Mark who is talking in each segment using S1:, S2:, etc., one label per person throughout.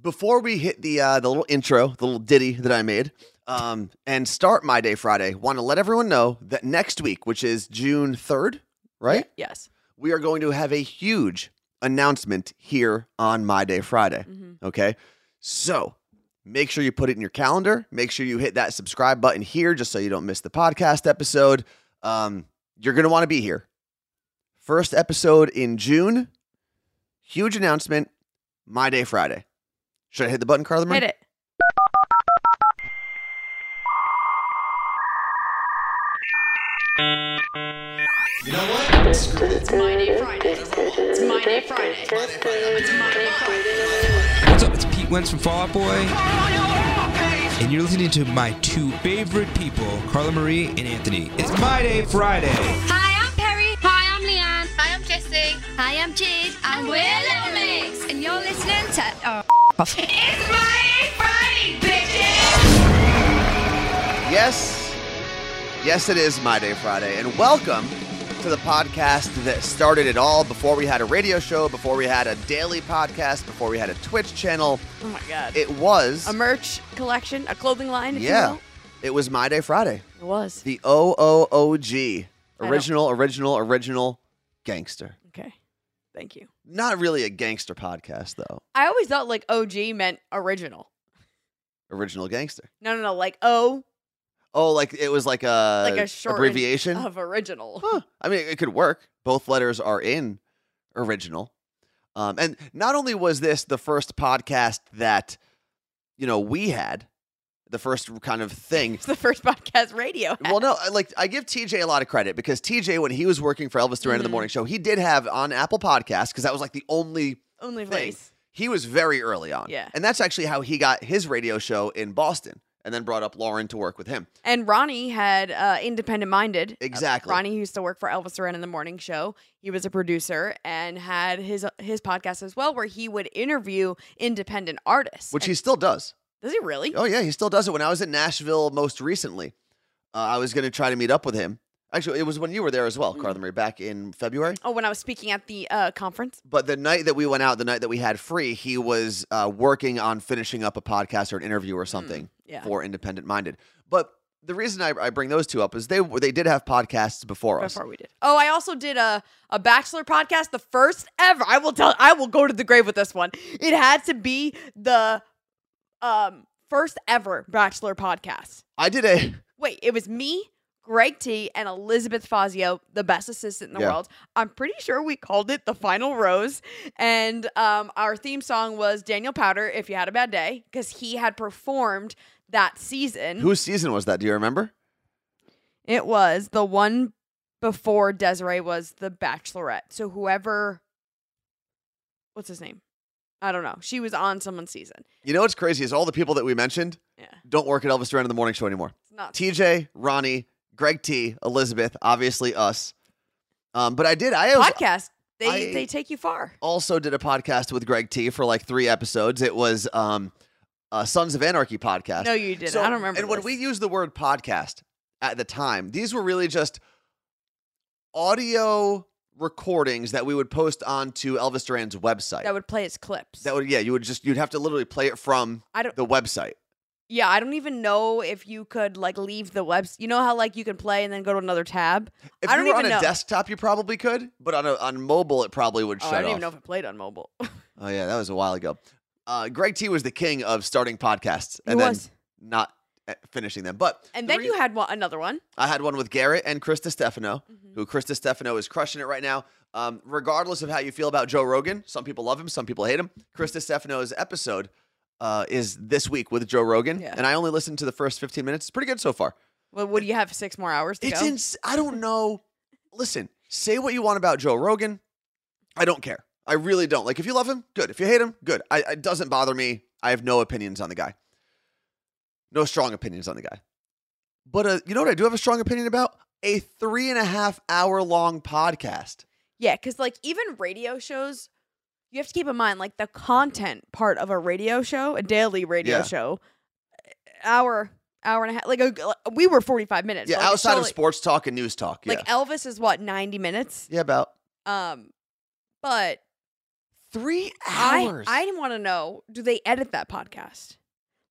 S1: before we hit the uh, the little intro, the little ditty that I made, um, and start my day Friday, want to let everyone know that next week, which is June third, right?
S2: Yes.
S1: we are going to have a huge announcement here on My Day Friday.
S2: Mm-hmm.
S1: Okay. So make sure you put it in your calendar. Make sure you hit that subscribe button here just so you don't miss the podcast episode. Um, you're going to want to be here. First episode in June. Huge announcement My Day Friday. Should I hit the button, Carla? Marie?
S2: Hit it.
S3: You know what? Screw it.
S4: It's my day Friday. It's my day Friday. It's my day Friday.
S3: What's up? It's Pete Wentz from Fall Out Boy. And you're listening to my two favorite people, Carla Marie and Anthony. It's My Day Friday.
S5: Hi, I'm Perry. Hi, I'm Leanne. Hi, I'm Jessie. Hi, I'm Jade. And, we're Little Mix. And you're listening to. Oh. It's my Friday, bitches!
S1: Yes. Yes, it is My Day Friday. And welcome to the podcast that started it all before we had a radio show, before we had a daily podcast, before we had a Twitch channel.
S2: Oh my god.
S1: It was.
S2: a merch collection, a clothing line. If
S1: yeah.
S2: You
S1: It was My Day Friday.
S2: will. It was.
S1: The OOOG.
S2: I don't-
S1: Original, original, original gangster.
S2: Okay. Thank you.
S1: Not really a gangster podcast, though.
S2: I always thought like OG meant original.
S1: Original gangster.
S2: No, no, no. Like O
S1: Oh, like it was like a,
S2: Like a short-
S1: Uh, abbreviation.
S2: of original.
S1: Huh. I mean, it could work. Both letters are in original. Um, and not only was this the first podcast that, you know, we had, the first kind of thing.
S2: It's the first podcast radio. had.
S1: Well, no, I, like I give TJ a lot of credit because TJ, when he was working for Elvis Duran in the
S2: Mhm.
S1: morning show, he did have on Apple Podcasts because that was like the only
S2: Only
S1: thing.
S2: place.
S1: He was very early on.
S2: Yeah.
S1: And that's actually how he got his radio show in Boston and then brought up Lauren to work with him.
S2: And Ronnie had uh, Independent Minded.
S1: Exactly.
S2: Ronnie used to work for Elvis Duran in the morning show. He was a producer and had his uh, his podcast as well, where he would interview independent artists.
S1: Which
S2: And-
S1: he still does.
S2: does he really?
S1: Oh yeah, he still does it. When I was in Nashville most recently, uh, I was going to try to meet up with him. Actually, it was when you were there as well, Carla Marie, back in February.
S2: Oh, when I was speaking at the uh, conference.
S1: But the night that we went out, the night that we had free, he was uh, working on finishing up a podcast or an interview or something
S2: Yeah.
S1: for Independent Minded. But the reason I, I bring those two up is they they did have podcasts before us.
S2: Before we did. Oh, I also did a a bachelor podcast, the first ever. I will tell. I will go to the grave with this one. It had to be the um first ever bachelor podcast.
S1: I did a
S2: Wait, it was me, Greg T, and Elizabeth Fazio, the best assistant in the
S1: Yeah.
S2: world. I'm pretty sure we called it the final rose. And um, our theme song was Daniel Powder, If You Had a Bad Day, because he had performed that season.
S1: whose season was that? Do you remember?
S2: it was the one before Desiree was the bachelorette. So whoever, what's his name? I don't know. She was on someone's season.
S1: You know what's crazy is all the people that we mentioned
S2: Yeah.
S1: don't work at Elvis Duran in the Morning Show anymore.
S2: It's not.
S1: TJ, Ronnie, Greg T, Elizabeth, obviously us. Um, but I did. I was-
S2: podcast. They,
S1: I-
S2: they take you far.
S1: also did a podcast with Greg T for like three episodes. It was um, a Sons of Anarchy podcast.
S2: No, you didn't.
S1: So-
S2: I don't remember.
S1: And when
S2: this.
S1: we used the word podcast at the time, these were really just audio recordings that we would post onto Elvis Duran's website.
S2: that would play as clips.
S1: That would- yeah, you would just you'd have to literally play it from
S2: I don't-
S1: the website.
S2: Yeah, I don't even know if you could like leave the webs. You know how like you can play and then go to another tab. Oh,
S1: If
S2: I
S1: you
S2: don't
S1: were
S2: even
S1: on a
S2: know.
S1: desktop, you probably could, but on a, on mobile, it probably would
S2: Oh,
S1: shut
S2: I don't
S1: off.
S2: even know if it played on mobile.
S1: Oh yeah, that was a while ago. Uh, Greg T was the king of starting podcasts
S2: He
S1: and then
S2: was.
S1: not uh, finishing them. But
S2: and
S1: the
S2: then you
S1: rea-
S2: had one, another one.
S1: I had one with Garrett and Krista Stefano, who Krista Stefano is crushing it right now. Um, regardless of how you feel about Joe Rogan, some people love him, some people hate him. Krista Stefano's episode uh, is this week with Joe Rogan,
S2: Yeah.
S1: and I only listened to the first 15 minutes. It's pretty good so far.
S2: Well, would you have six more hours to
S1: It's
S2: go?
S1: ins- I don't know. Listen, say what you want about Joe Rogan. I don't care. I really don't. Like if you love him, good. If you hate him, good. I it doesn't bother me. I have no opinions on the guy. No strong opinions on the guy. But uh, you know what I do have a strong opinion about? A three and a half hour long podcast.
S2: yeah, because like even radio shows, you have to keep in mind like the content part of a radio show, a daily radio
S1: Yeah.
S2: show, eh, hour hour and a half. Like a, we were forty five minutes.
S1: Yeah,
S2: but, like, a
S1: outside
S2: show
S1: of
S2: like-
S1: sports talk and news talk. Yeah.
S2: Like Elvis is what ninety minutes.
S1: yeah, about
S2: Um, but
S1: Three
S2: I
S1: hours.
S2: I want to know: Do they edit that podcast?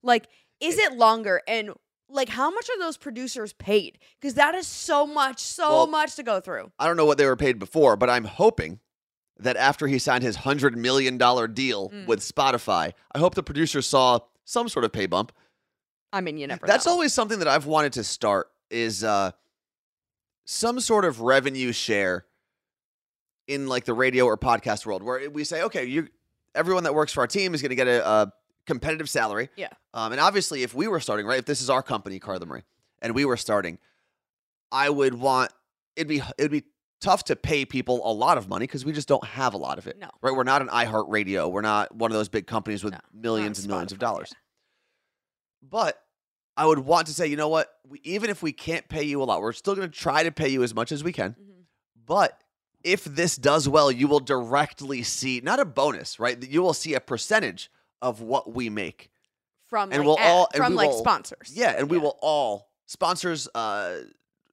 S2: Like, is it longer? And like, how much are those producers paid? Because that is so much, so
S1: Well-
S2: much to go through.
S1: I don't know what they were paid before, but I'm hoping that after he signed his $100 million deal with Spotify, I hope the producer saw some sort of pay bump.
S2: I mean, you never.
S1: That's
S2: know.
S1: always something that I've wanted to start is uh, some sort of revenue share in like the radio or podcast world where we say, okay, you everyone that works for our team is going to get a, a competitive salary.
S2: Yeah.
S1: Um, and obviously, if we were starting, right, if this is our company, Carla Marie, and we were starting, I would want it'd be it'd be tough to pay people a lot of money because we just don't have a lot of it.
S2: No.
S1: Right. We're not an iHeartRadio. We're not one of those big companies with
S2: No,
S1: millions and millions of
S2: Spotify,
S1: dollars. But I would want to say, you know what? We, even if we can't pay you a lot, we're still going to try to pay you as much as we can.
S2: Mhm.
S1: But if this does well, you will directly see not a bonus, right? You will see a percentage of what we make.
S2: from
S1: and
S2: like,
S1: we'll
S2: ad-
S1: all- and
S2: from
S1: we
S2: like
S1: will-
S2: sponsors.
S1: Yeah, and we will all sponsors, uh,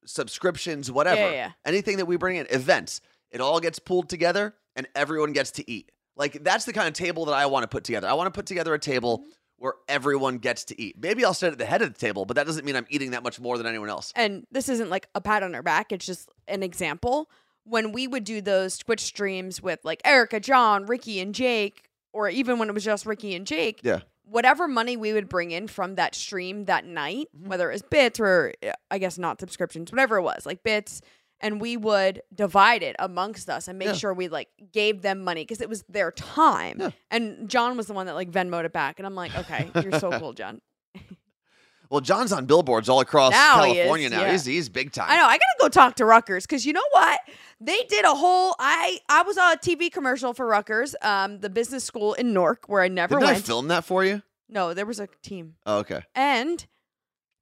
S1: subscriptions, whatever,
S2: Yeah, yeah.
S1: anything that we bring in, events. It all gets pulled together, and everyone gets to eat. Like that's the kind of table that I want to put together. I want to put together a table
S2: Mm-hmm.
S1: where everyone gets to eat. Maybe I'll sit at the head of the table, but that doesn't mean I'm eating that much more than anyone else.
S2: and this isn't like a pat on her back it's just an example when we would do those twitch streams with like erica john ricky and jake or even when it was just ricky and jake
S1: Yeah.
S2: whatever money we would bring in from that stream that night
S1: Mm-hmm.
S2: whether it was bits or uh, i guess not subscriptions whatever it was like bits and we would divide it amongst us and make
S1: Yeah.
S2: sure we like gave them money because it was their time
S1: Yeah.
S2: and john was the one that like venmoed it back and i'm like okay you're so cool john
S1: Well, John's on billboards all across
S2: Now he is,
S1: California now.
S2: yeah.
S1: He's he's big time.
S2: I know. I gotta go talk to Rutgers because you know what? They did a whole. I I was on a TV commercial for Rutgers, um, the business school in Newark where I never
S1: Didn't
S2: went.
S1: I film that for you?
S2: no, there was a team,
S1: Oh, okay.
S2: and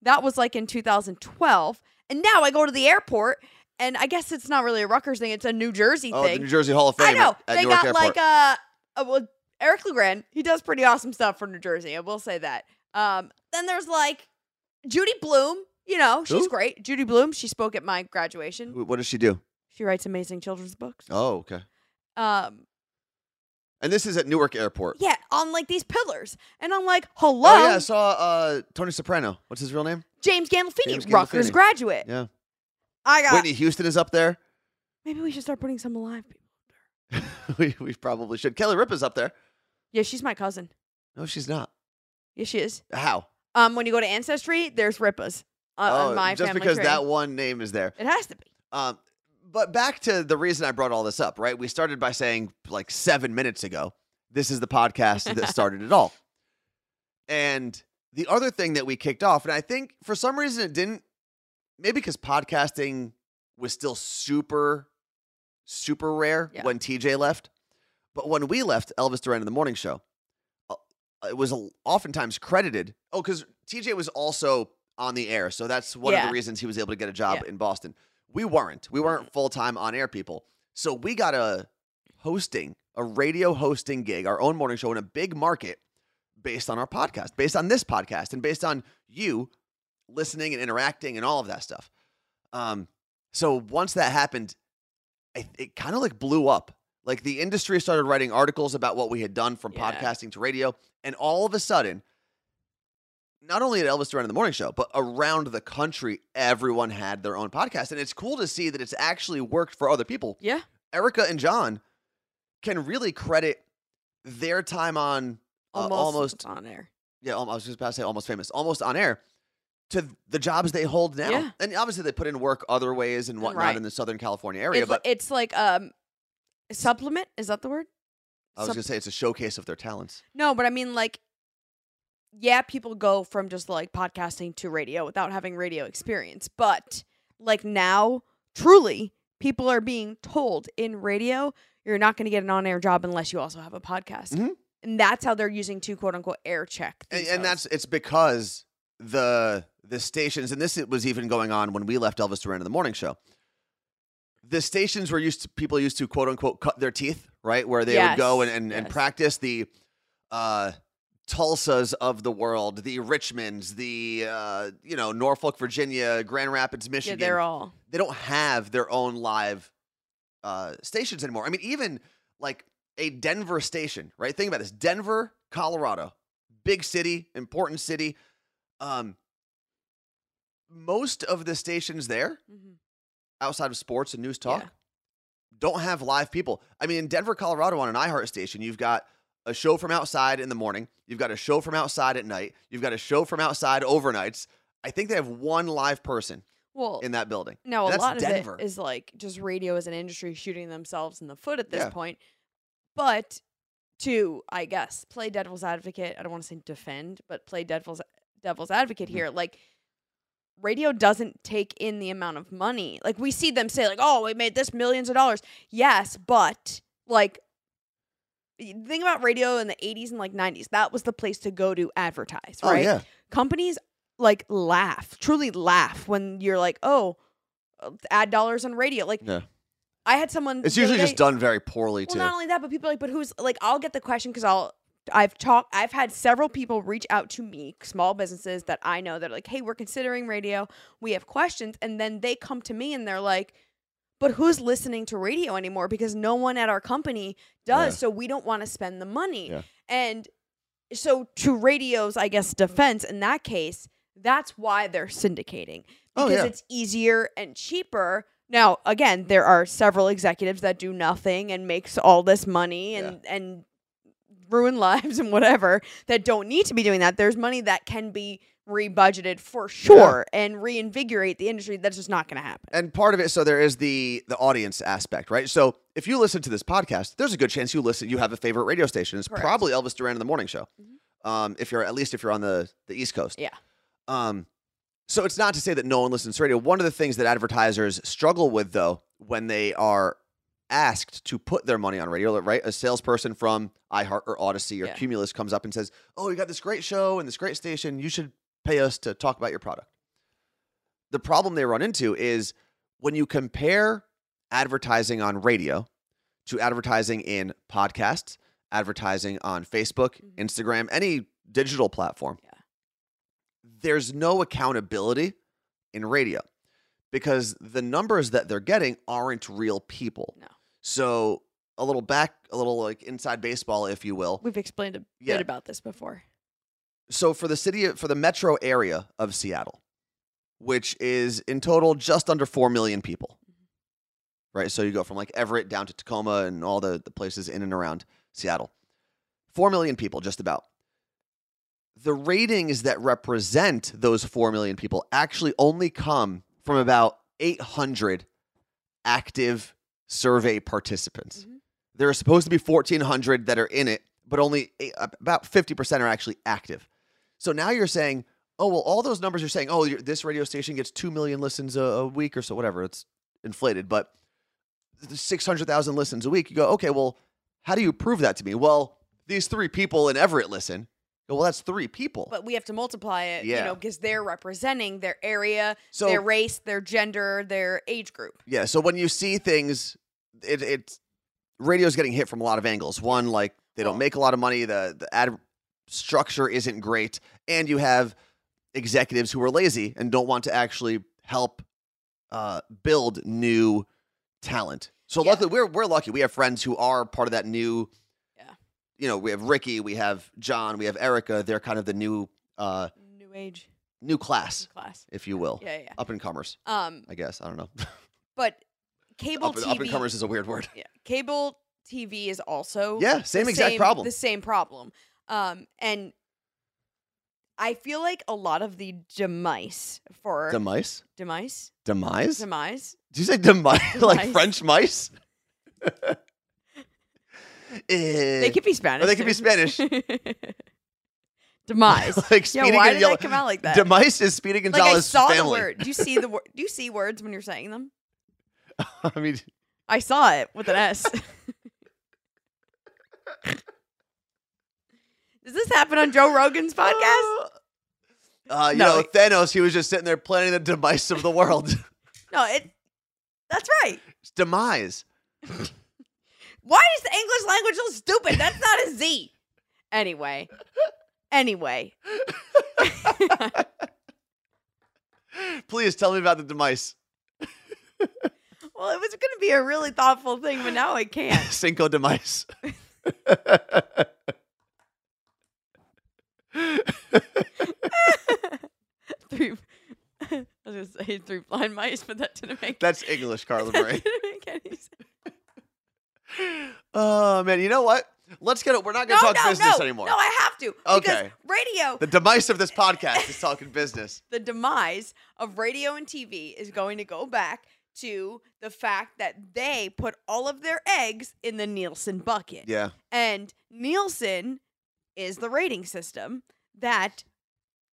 S2: that was like in 2012. And now I go to the airport, and I guess it's not really a Rutgers thing; it's a New Jersey
S1: Oh, the
S2: thing.
S1: New Jersey Hall of Fame.
S2: I know
S1: At, at
S2: they
S1: Newark
S2: got
S1: Airport.
S2: like a, a well, Eric Legrand. He does pretty awesome stuff for New Jersey. I will say that. Um, then there's like Judy Bloom. You know, she's
S1: Who?
S2: great. Judy Bloom. She spoke at my graduation.
S1: Wh- What does she do?
S2: She writes amazing children's books.
S1: Oh, okay.
S2: Um,
S1: And this is at Newark Airport.
S2: yeah, on like these pillars, and I'm like, hello,
S1: Oh yeah, I saw uh, Tony Soprano. What's his real name?
S2: James Gandolfini,
S1: James
S2: Rutgers
S1: Gandolfini.
S2: graduate.
S1: Yeah.
S2: I got.
S1: Whitney Houston is up there.
S2: Maybe we should start putting some alive people.
S1: we, we probably should. Kelly Ripa's up there.
S2: Yeah, she's my cousin.
S1: No, she's not.
S2: Yeah, she is.
S1: How?
S2: Um, when you go to ancestry, there's Rippas on, on
S1: oh,
S2: Uh, my
S1: just
S2: family
S1: because
S2: tree.
S1: that one name is there.
S2: it has to be.
S1: Um, but back to the reason I brought all this up, right? We started by saying like seven minutes ago, this is the podcast that started it all. And the other thing that we kicked off, and I think for some reason it didn't, maybe because podcasting was still super, super rare
S2: Yeah.
S1: when TJ left. But when we left Elvis Duran in the morning show, uh, it was a- oftentimes credited. Oh, because TJ was also on the air. So that's one of
S2: Yeah.
S1: the reasons he was able to get a job
S2: Yeah. Mm-hmm.
S1: in Boston. We weren't. We weren't full time on air people. So we got a hosting, a radio hosting gig, our own morning show in a big market based on our podcast, based on this podcast, and based on you listening and interacting and all of that stuff. Um, so once that happened, it, it kind of like blew up. Like the industry started writing articles about what we had done from
S2: Yeah.
S1: podcasting to radio, and all of a sudden, not only at Elvis Duran in the Morning Show, but around the country, everyone had their own podcast, and it's cool to see that it's actually worked for other people.
S2: Yeah.
S1: Erica and John can really credit their time on uh,
S2: Almost,
S1: almost
S2: it's on air.
S1: yeah, alm- I was just about to say almost famous, almost on air to the jobs they hold now.
S2: Yeah.
S1: And obviously they put in work other ways and whatnot
S2: right.
S1: in the Southern California area,
S2: It's, li-
S1: but
S2: it's like um, supplement. Is that the word?
S1: I was
S2: sup-
S1: going to say it's a showcase of their talents.
S2: No, but I mean like yeah, people go from just like podcasting to radio without having radio experience, but like now truly people are being told in radio you're not going to get an on-air job unless you also have a podcast.
S1: Mhm.
S2: And that's how they're using to quote unquote air check.
S1: And,
S2: themselves.
S1: and that's it's because the the stations and this was even going on when we left Elvis Duran in the morning show. The stations were used to people used to quote unquote cut their teeth, right? Where they would go and
S2: Yes,
S1: and, and
S2: yes.
S1: practice the uh Tulsas of the world, the Richmonds, the uh, you know Norfolk, Virginia, Grand Rapids,
S2: yeah,
S1: Michigan.
S2: they're all
S1: they don't have their own live uh, stations anymore. I mean, even like a Denver station, right? Think about this Denver, Colorado, big city, important city. Um, most of the stations there,
S2: Mhm.
S1: outside of sports and news talk,
S2: Yeah.
S1: don't have live people. I mean, in Denver, Colorado, on an iHeart station, you've got a show from outside in the morning, you've got a show from outside at night, you've got a show from outside overnights. I think they have one live person
S2: Well,
S1: in that building.
S2: No,
S1: And
S2: a
S1: that's
S2: lot
S1: Denver.
S2: of it is like just radio as an industry shooting themselves in the foot at this
S1: Yeah.
S2: point. But to, I guess, play devil's advocate, I don't want to say defend, but play devil's devil's advocate
S1: Mm-hmm.
S2: here. Like, radio doesn't take in the amount of money. Like we see them say, like, "Oh, we made this millions of dollars." Yes, but like. y- Think about radio in the 80s and like 90s. That was the place to go to advertise,
S1: Oh,
S2: right?
S1: yeah.
S2: companies like laugh, truly laugh when you're like, oh, uh, ad dollars on radio. Like,
S1: Yeah.
S2: I had someone.
S1: It's
S2: the other
S1: usually just
S2: day-
S1: done very poorly,
S2: Well,
S1: too.
S2: not only that, but people are like, but who's like, I'll get the question because I'll. I've talked. I've had several people reach out to me, small businesses that I know that are like, "Hey, we're considering radio. We have questions," and then they come to me and they're like, "But who's listening to radio anymore? Because no one at our company does.
S1: Yeah.
S2: So we don't want to spend the money."
S1: Yeah.
S2: And so to radio's i guess defense in that case that's why they're syndicating because
S1: Oh, yeah.
S2: it's easier and cheaper now again there are several executives that do nothing and makes all this money and and ruin lives and whatever that don't need to be doing that there's money that can be rebudgeted for sure and reinvigorate the industry that's just not going to happen
S1: and part of it so there is the the audience aspect right so if you listen to this podcast there's a good chance you listen you have a favorite radio station it's
S2: Correct. Mm-hmm.
S1: probably elvis duran in the morning show um, if you're at least if you're on the the east coast
S2: Yeah.
S1: um, so it's not to say that no one listens to radio one of the things that advertisers struggle with though when they are asked to put their money on radio right a salesperson from iheart or odyssey or
S2: Yeah.
S1: cumulus comes up and says oh you got this great show and this great station you should pay us to talk about your product the problem they run into is when you compare advertising on radio to advertising in podcasts, advertising on Facebook,
S2: Mhm.
S1: Instagram, any digital platform,
S2: Yeah.
S1: there's no accountability in radio because the numbers that they're getting aren't real people.
S2: No.
S1: So a little back, a little like inside baseball, if you will.
S2: we've explained a
S1: Yeah.
S2: bit about this before
S1: So for the city, for the metro area of Seattle, which is in total just under 4 million people, right? So you go from like Everett down to Tacoma and all the, the places in and around Seattle. 4 million people, just about. The ratings that represent those 4 million people actually only come from about 800 active survey participants.
S2: Mhm.
S1: There are supposed to be 1,400 that are in it, but only eight, about 50% are actually active. So now you're saying, oh, well, all those numbers are saying, oh, you're- this radio station gets 2 million listens a, a week or so, whatever. It's inflated, but 600,000 listens a week. You go, okay, well, how do you prove that to me? Well, these three people in Everett listen. Well, that's three people.
S2: but we have to multiply it you
S1: Yeah.
S2: know because they're representing their area
S1: So-
S2: their race their gender their age group
S1: yeah. So when you see things, it, it's radio's getting hit from a lot of angles. One, like they don't
S2: Well-
S1: make a lot of money. The, the ad structure isn't great. And you have executives who are lazy and don't want to actually help uh, build new talent. So
S2: Yeah.
S1: luckily we're, we're lucky. We have friends who are part of that new,
S2: Yeah.
S1: you know, we have Ricky, we have John, we have Erica. They're kind of the new, uh,
S2: new age
S1: new class,
S2: class.
S1: if you will.
S2: Yeah, yeah.
S1: Up and comers,
S2: yeah. Um,
S1: I guess. I don't know.
S2: but cable
S1: up,
S2: TV.
S1: up and comers is a weird word.
S2: yeah, cable TV is also
S1: Yeah, same
S2: the
S1: exact problem.
S2: The same problem. Um, and I feel like a lot of the demise for
S1: Demise?
S2: demise
S1: Demise?
S2: demise.
S1: Did you say demise? like
S2: Demise.
S1: French mice? Eh,
S2: They could be Spanish.
S1: they could be Spanish.
S2: demise.
S1: like
S2: yeah,
S1: speeding
S2: why
S1: and
S2: did
S1: yellow.
S2: that come out like that?
S1: Demise is Speedy
S2: like I
S1: Gonzalez's
S2: saw the
S1: family.
S2: word. Do you see the word? Do you see words when you're saying them?
S1: I mean,
S2: I saw it with an S. Does this happen on Joe Rogan's podcast?
S1: Uh, you
S2: No.
S1: know, Thanos, he was just sitting there planning the demise of the world.
S2: No, it. That's right.
S1: It's demise.
S2: Why is the English language so stupid? That's not a Z. Anyway, anyway,
S1: Please tell me about the demise.
S2: well, it was going to be a really thoughtful thing, but now I can't.
S1: Cinco demise.
S2: three. I was gonna say three blind mice, but that didn't make.
S1: That's English, Carla
S2: that
S1: Marie.
S2: didn't make any sense.
S1: Oh man, you know what? Let's get it. We're not
S2: No,
S1: going to
S2: no,
S1: talk business
S2: no,
S1: anymore.
S2: no! I have to.
S1: Okay.
S2: Because radio,
S1: the demise of this podcast is talking business.
S2: the demise of radio and TV is going to go back to the fact that they put all of their eggs in the Nielsen bucket.
S1: Yeah.
S2: And Nielsen is the rating system that,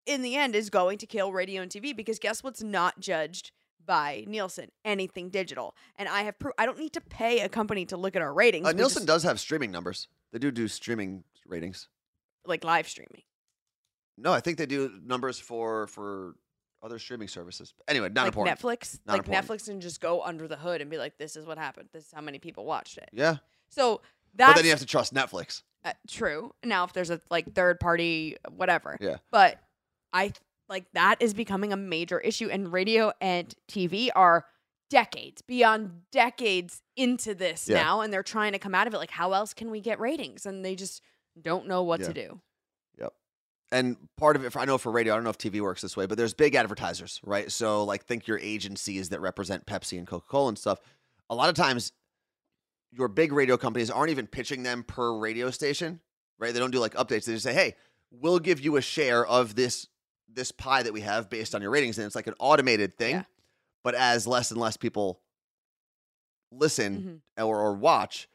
S2: in the end, is going to kill radio and TV because guess what's not judged by Nielsen? Anything digital. And I have proof. I don't need to pay a company to look at our ratings.
S1: Uh,
S2: We
S1: Nielsen
S2: just-
S1: does have streaming numbers. They do do streaming ratings.
S2: like live streaming.
S1: No, I think they do numbers for for other streaming services. Anyway, not
S2: like
S1: important.
S2: Netflix.
S1: Not
S2: like
S1: important.
S2: Netflix and just go under the hood and be like, this is what happened. This is how many people watched it.
S1: Yeah,
S2: So
S1: but
S2: that's
S1: then you have to trust Netflix.
S2: uh, true. Now, if there's a like third party, whatever.
S1: Yeah.
S2: But I th- like that is becoming a major issue, and radio and TV are decades beyond decades into this
S1: Yeah.
S2: now, and they're trying to come out of it. Like, how else can we get ratings? And they just don't know what
S1: Yeah.
S2: to do.
S1: and part of it for, i know for radio i don't know if tv works this way but there's big advertisers right so like think your agencies that represent pepsi and coca-cola and stuff a lot of times your big radio companies aren't even pitching them per radio station right they don't do like updates they just say hey we'll give you a share of this this pie that we have based on your ratings and it's like an automated thing
S2: Yeah.
S1: but as less and less people listen
S2: Mhm.
S1: or, or watch,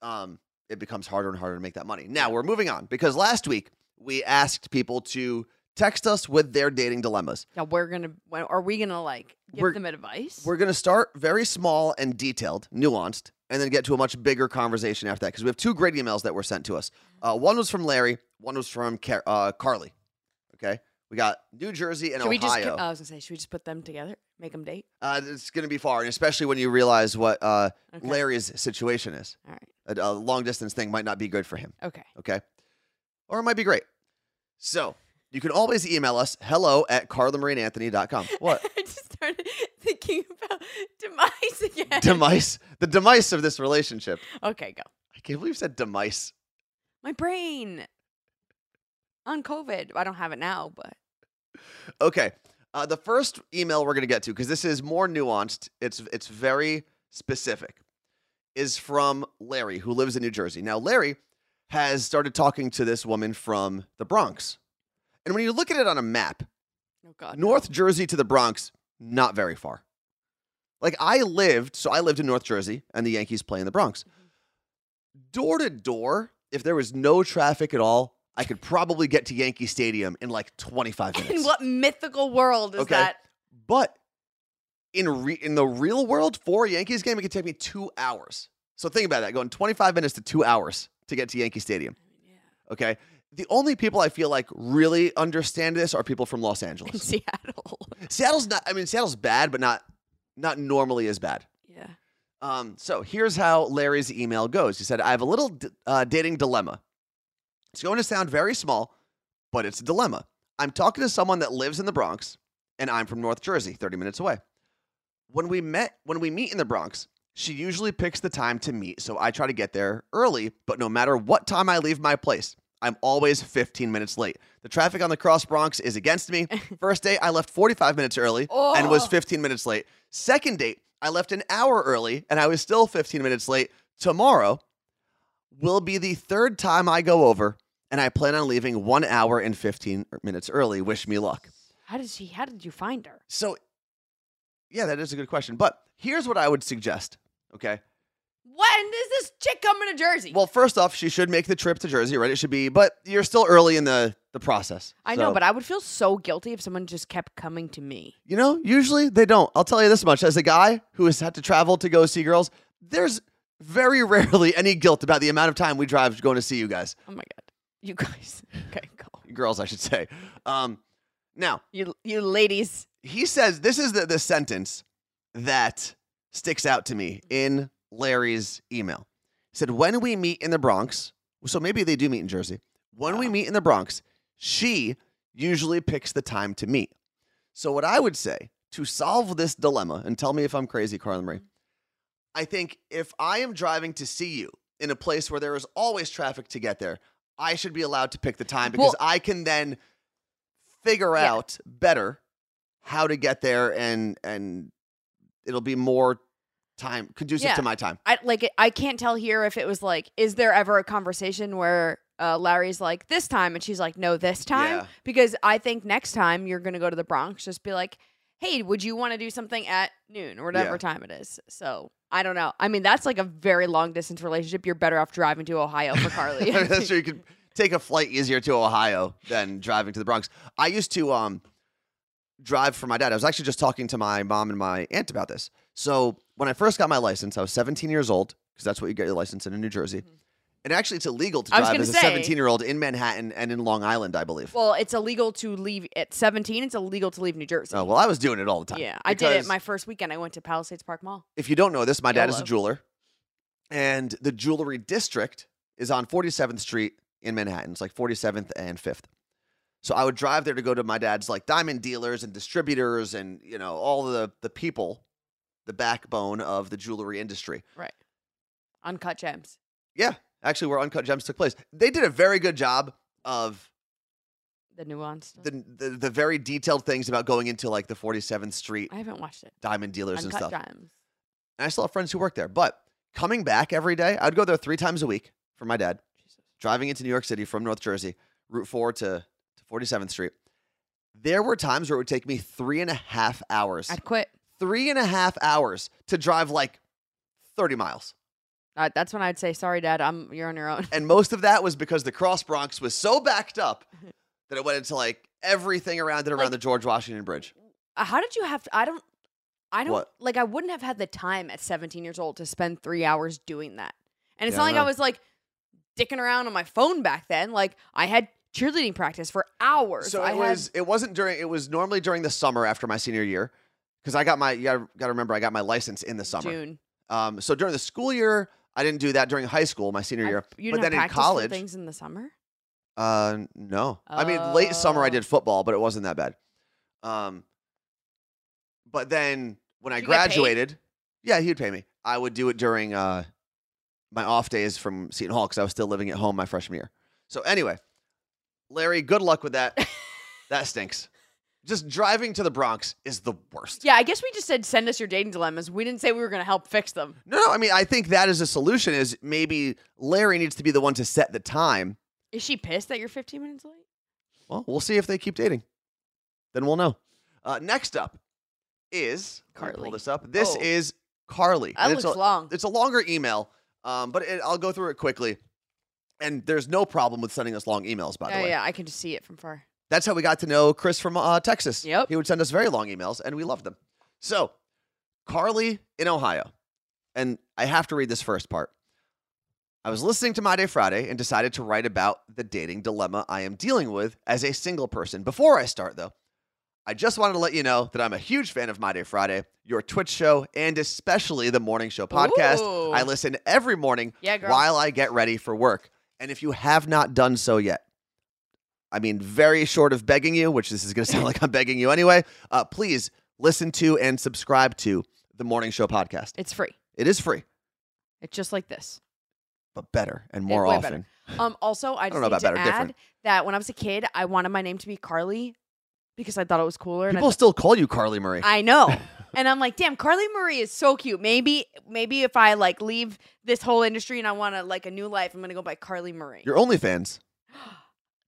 S1: um, it becomes harder and harder to make that money. Now we're moving on because last week we asked people to text us with their dating dilemmas.
S2: Now we're gonna. When, are we gonna like give
S1: We're-
S2: them advice?
S1: We're going to start very small and detailed, nuanced, and then get to a much bigger conversation after that because we have two great emails that were sent to us.
S2: Mm-hmm.
S1: Uh, one was from Larry, one was from Car- uh, Carly. Okay. We got New Jersey and
S2: should we just?
S1: Ohio.
S2: ki- I was gonna say, should we just put them together? Make them date.
S1: uh, it's going to be far, and especially when you realize what uh,
S2: Okay.
S1: Larry's situation is.
S2: All right.
S1: A, a long distance thing might not be good for him.
S2: Okay.
S1: okay? Or it might be great. So you can always email us hello at carlamarieanthony.com. What?
S2: I just started thinking about demise again.
S1: demise? The demise of this relationship.
S2: Okay, go.
S1: I can't believe you said demise.
S2: My brain on COVID. I don't have it now, but
S1: Okay. Uh, the first email we're going to get to, because this is more nuanced, it's, it's very specific, is from Larry, who lives in New Jersey. Now, Larry has started talking to this woman from the Bronx. And when you look at it on a map,
S2: oh god.
S1: North Jersey to the Bronx, not very far. Like I lived, so I lived in North Jersey and the Yankees play in the Bronx.
S2: Mm-hmm.
S1: Door to door, if there was no traffic at all, I could probably get to Yankee Stadium in like 25 minutes.
S2: In what mythical world is
S1: Okay.
S2: that?
S1: But in re- in the real world, for a Yankees game, it could take me two hours. So think about that, going 25 minutes to two hours to get to Yankee Stadium. Okay. The only people I feel like really understand this are people from Los
S2: In
S1: Angeles.
S2: Seattle.
S1: Seattle's not. I mean, Seattle's bad, but not not normally as bad.
S2: yeah.
S1: Um, so here's how Larry's email goes. He said, "I have a little d- uh, dating dilemma. It's going to sound very small, but it's a dilemma. I'm talking to someone that lives in the Bronx, and I'm from North Jersey, 30 minutes away. When we met, when we meet in the Bronx." She usually picks the time to meet, so I try to get there early, but no matter what time I leave my place, I'm always 15 minutes late. The traffic on the Cross Bronx is against me. First day, I left 45 minutes early and was
S2: Oh.
S1: 15 minutes late. Second date, I left an hour early and I was still 15 minutes late. Tomorrow will be the third time I go over and I plan on leaving 1 hour and 15 minutes early. Wish me luck.
S2: How did she how did you find her?
S1: So yeah, that is a good question. But here's what I would suggest, okay?
S2: When is this chick coming to Jersey?
S1: Well, first off, she should make the trip to Jersey, right? It should be, but you're still early in the the process.
S2: I
S1: So,
S2: know, but I would feel so guilty if someone just kept coming to me.
S1: you know, usually they don't. I'll tell you this much: as a guy who has had to travel to go see girls, there's very rarely any guilt about the amount of time we drive going to see you guys,
S2: Oh my god. You guys. Okay, go.
S1: girls, I should say. Um, now
S2: You you ladies.
S1: he says this is the, the sentence that sticks out to me in Larry's email. He said, When we meet in the Bronx, so maybe they do meet in Jersey. When we meet in the Bronx, she usually picks the time to meet. So, what I would say to solve this dilemma, and tell me if I'm crazy, Carla Marie, I think if I am driving to see you, in a place where there is always traffic to get there, I should be allowed to pick the time because
S2: Well-
S1: I can then figure
S2: Yeah.
S1: out better how to get there and and it'll be more time conducive
S2: Yeah.
S1: to my time.
S2: I like it- I can't tell here if it was like, is there ever a conversation where uh, Larry's like this time and she's like, no, this time
S1: Yeah.
S2: because I think next time you're gonna go to the Bronx, just be like, hey, would you want to do something at noon or whatever
S1: Yeah.
S2: time it is? So I don't know. I mean, that's like a very long distance relationship. You're better off driving to Ohio for Carly.
S1: I mean, That's true. You could take a flight easier to Ohio than driving to the Bronx. I used to um, drive for my dad. I was actually just talking to my mom and my aunt about this. So when I first got my license, I was 17 years old because that's what you get your license in in New Jersey. And actually, it's illegal to
S2: Mm-hmm. I was
S1: drive
S2: gonna
S1: as a
S2: say-
S1: 17 year old in Manhattan and in Long Island, I believe.
S2: well, it's illegal to leave at 17. It's illegal to leave New Jersey.
S1: oh well, I was doing it all the time.
S2: yeah, I did it
S1: because-
S2: my first weekend. I went to Palisades Park Mall.
S1: if you don't know this, my dad is a
S2: YOLO.
S1: jeweler, and the jewelry district is on 47th Street in Manhattan. It's like 47th and 5th. So I would drive there to go to my dad's like diamond dealers and distributors and you know all the the people, the backbone of the jewelry industry.
S2: Right. Uncut gems.
S1: Yeah, actually, where Uncut Gems took place, they did a very good job of
S2: The nuance.
S1: the the, the very detailed things about going into like the 47th Street
S2: I haven't watched it.
S1: diamond dealers and
S2: Uncut
S1: stuff.
S2: gems.
S1: And I still have friends who work there. But coming back every day, I would go there three times a week for my dad. driving into New York City from North Jersey, Route 4 to, to 47th Street, there were times where it would take me three and a half hours.
S2: I'd quit.
S1: three and a half hours to drive like 30 miles.
S2: Uh, that's when I'd say, "Sorry, Dad, I'm you're on your own."
S1: And most of that was because the Cross Bronx was so backed up that it went into like everything around it around
S2: Like-
S1: the George Washington Bridge.
S2: Uh, How did you have? To, I don't. I don't
S1: What?
S2: like. I wouldn't have had the time at 17 years old to spend three hours doing that. And it's
S1: Yeah, I
S2: not like I
S1: know.
S2: was like dicking around on my phone back then. Like I had cheerleading practice for hours.
S1: So
S2: I
S1: it
S2: had-
S1: was it wasn't during it was normally during the summer after my senior year because I got my you gotta, gotta remember I got my license in the summer.
S2: June.
S1: Um, so during the school year I didn't do that during high school my senior
S2: I-
S1: year,
S2: you
S1: but
S2: didn't have
S1: then in
S2: practice for
S1: college
S2: things in the summer.
S1: Uh, n- no. I mean, late summer I
S2: Oh.
S1: did football, but it wasn't that bad. Um, but then when I
S2: Did you get paid?
S1: graduated, yeah, he'd pay me. I would do it during uh my off days from Seton Hall because I was still living at home my freshman year. So anyway, Larry, good luck with that. that stinks. Just driving to the Bronx is the worst.
S2: Yeah, I guess we just said send us your dating dilemmas. We didn't say we were going to help fix them.
S1: No, no, I mean, I think that is a solution. Is maybe Larry needs to be the one to set the time.
S2: Is she pissed that you're 15 minutes late?
S1: Well, we'll see if they keep dating. Then we'll know. Uh, next up is let me
S2: Carly.
S1: Pull this up. This
S2: Oh.
S1: is Carly.
S2: That
S1: and
S2: looks
S1: it's a,
S2: long.
S1: It's a longer email, um, but it, I'll go through it quickly. And there's no problem with sending us long emails, by the
S2: yeah,
S1: way.
S2: yeah, I can just see it from far.
S1: That's how we got to know Chris from uh, Texas.
S2: Yep.
S1: He would send us very long emails, and we loved them. So, Carly in Ohio. And I have to read this first part. I was listening to My Day Friday and decided to write about the dating dilemma I am dealing with as a single person. Before I start, though, I just wanted to let you know that I'm a huge fan of My Day Friday, your Twitch show, and especially the morning show podcast.
S2: Ooh.
S1: I listen every morning
S2: Yeah, girl.
S1: while I get ready for work. And if you have not done so yet, I mean, very short of begging you, which this is going to sound like I'm begging you anyway, uh, please listen to and subscribe to the Morning Show podcast.
S2: It's free.
S1: It is free,
S2: It's just like this.
S1: but better and more
S2: way
S1: often.
S2: better. Um. Also, I just
S1: don't know
S2: need
S1: about
S2: to
S1: better,
S2: add
S1: different.
S2: that when I was a kid, I wanted my name to be Carly because I thought it was cooler. And I,
S1: People still call you Carly Murray.
S2: I know, and I'm like, damn, Carly Marie is so cute. Maybe, maybe if I like leave this whole industry and I want to like a new life, I'm gonna go by Carly Marie.
S1: Your OnlyFans.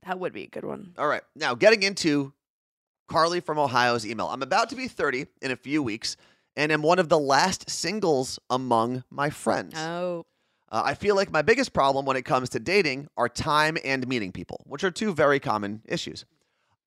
S2: that would be a good one.
S1: All right. Now, getting into Carly from Ohio's email. I'm about to be 30 in a few weeks and am one of the last singles among my friends.
S2: Oh,
S1: Uh, I feel like my biggest problem when it comes to dating are time and meeting people, which are two very common issues.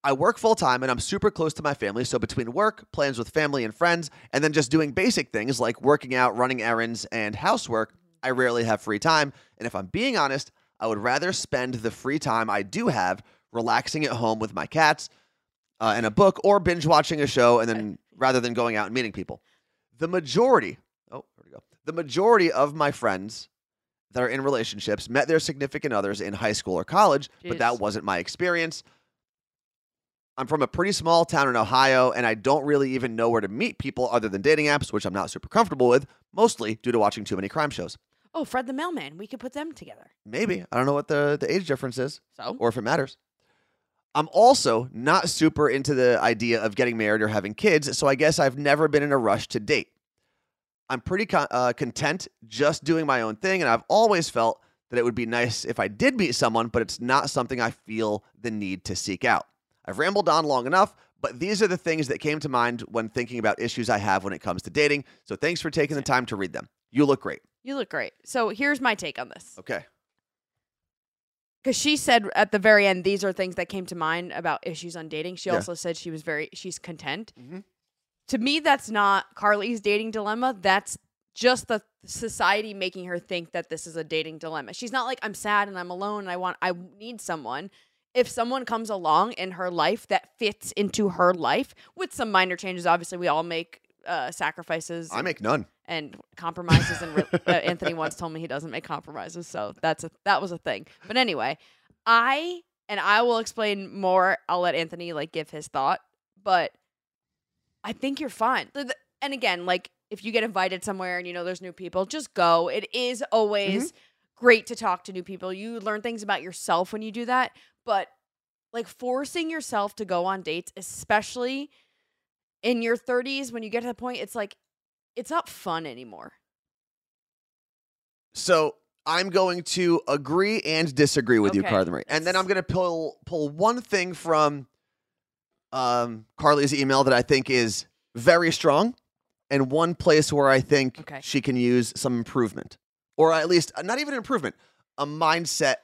S1: I work full time and I'm super close to my family, so between work, plans with family and friends, and then just doing basic things like working out, running errands, and housework, I rarely have free time. And if I'm being honest, I would rather spend the free time I do have relaxing at home with my cats uh, and a book or binge watching a show and then rather than going out and meeting people. The majority, oh, here we go. The majority of my friends that are in relationships met their significant others in high school or college, but that
S2: Jeez.
S1: wasn't my experience. I'm from a pretty small town in Ohio, and I don't really even know where to meet people other than dating apps, which I'm not super comfortable with, mostly due to watching too many crime shows.
S2: Oh, Fred the Mailman. We could put them together.
S1: Maybe. I don't know what the, the age difference is
S2: So
S1: or if it matters. I'm also not super into the idea of getting married or having kids, so I guess I've never been in a rush to date. I'm pretty con- uh, content just doing my own thing, and I've always felt that it would be nice if I did meet someone, but it's not something I feel the need to seek out. I've rambled on long enough, but these are the things that came to mind when thinking about issues I have when it comes to dating. So thanks for taking the time to read them. You look great.
S2: you look great. So here's my take on this.
S1: Okay.
S2: because she said at the very end these are things that came to mind about issues on dating she
S1: Yeah.
S2: also said she was very she's content
S1: Mhm.
S2: to me that's not carly's dating dilemma that's just the society making her think that this is a dating dilemma she's not like i'm sad and i'm alone and i want i need someone if someone comes along in her life that fits into her life with some minor changes obviously we all make uh, sacrifices
S1: I make none.
S2: and compromises and re- uh, Anthony once told me he doesn't make compromises, so that's a that was a thing. But anyway, I and I will explain more. I'll let Anthony like give his thought, but I think you're fine. The- the- And again, like if you get invited somewhere and you know there's new people, just go. It is always great to talk to new people. You learn things about yourself when you do that, but like forcing yourself to go on dates, especially in your 30s when you get to the point it's like it's not fun anymore.
S1: So I'm going to agree and disagree with you,
S2: Okay.
S1: Carly Marie. And then I'm going to pull pull one thing from um, Carly's email that I think is very strong, and one place where I think
S2: Okay.
S1: she can use some improvement, or at least uh, not even improvement, a mindset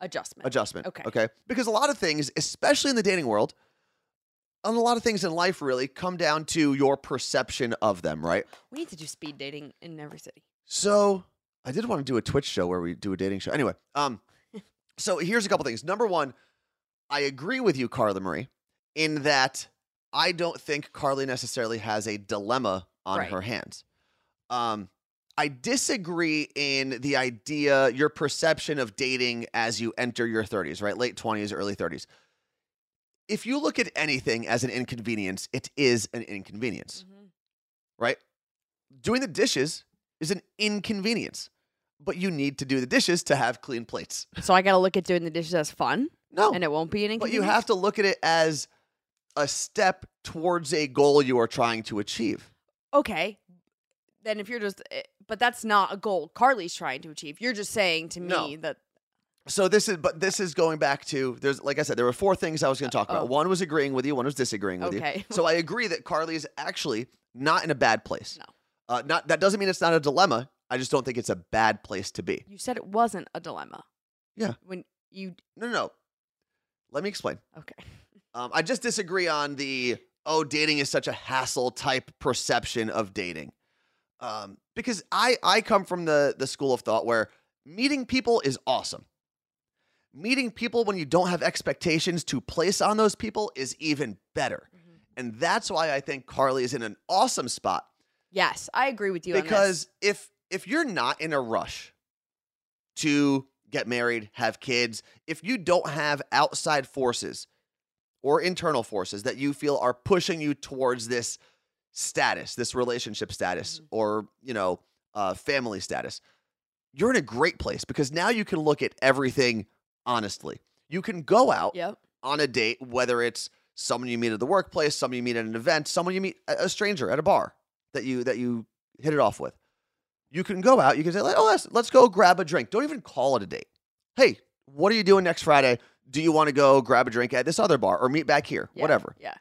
S2: Adjustment.
S1: adjustment.
S2: Okay.
S1: Okay. Because a lot of things, especially in the dating world, and a lot of things in life really come down to your perception of them, right?
S2: we need to do speed dating in every city.
S1: So I did want to do a Twitch show where we do a dating show. Anyway, um, so here's a couple things. Number one, I agree with you, Carla Marie, in that I don't think Carly necessarily has a dilemma on
S2: Right.
S1: her hands. Um, I disagree in the idea, your perception of dating as you enter your 30s, right? Late 20s, early 30s. If you look at anything as an inconvenience, it is an inconvenience right? Doing the dishes is an inconvenience, but you need to do the dishes to have clean plates.
S2: So I got to look at doing the dishes as fun,
S1: No,
S2: and it won't be an
S1: Oh, but you
S2: inconvenience.
S1: have to look at it as a step towards a goal you are trying to achieve.
S2: okay. Then if you're just, eh, but that's not a goal Carly's trying to achieve. You're just saying to me
S1: No.
S2: that
S1: So this is, but this is going back to there's, like I said, there were four things I was going to talk about.
S2: oh.
S1: One was agreeing with you, one was disagreeing with you.
S2: okay,
S1: So I agree that Carly is actually not in a bad place.
S2: No.
S1: uh, not that doesn't mean it's not a dilemma. I just don't think it's a bad place to be.
S2: you said it wasn't a dilemma.
S1: Yeah.
S2: When you
S1: No, no, no. Let me explain.
S2: okay,
S1: Um, I just disagree on the oh, dating is such a hassle type perception of dating, um, because I I come from the the school of thought where meeting people is awesome. Meeting people when you don't have expectations to place on those people is even better, and that's why I think Carly is in an awesome spot
S2: yes, I agree with you on this.
S1: because if if you're not in a rush to get married, have kids, if you don't have outside forces or internal forces that you feel are pushing you towards this status, this relationship status,
S2: Mm-hmm.
S1: or you know, uh, family status, you're in a great place because now you can look at everything honestly. You can go out
S2: Yep.
S1: on a date, whether it's someone you meet at the workplace, someone you meet at an event, someone you meet a a stranger at a bar that you that you hit it off with. You can go out. You can say, like, "Oh, let's let's go grab a drink." Don't even call it a date. Hey, what are you doing next Friday? Do you want to go grab a drink at this other bar or meet back here?
S2: Yeah,
S1: Whatever.
S2: Yeah.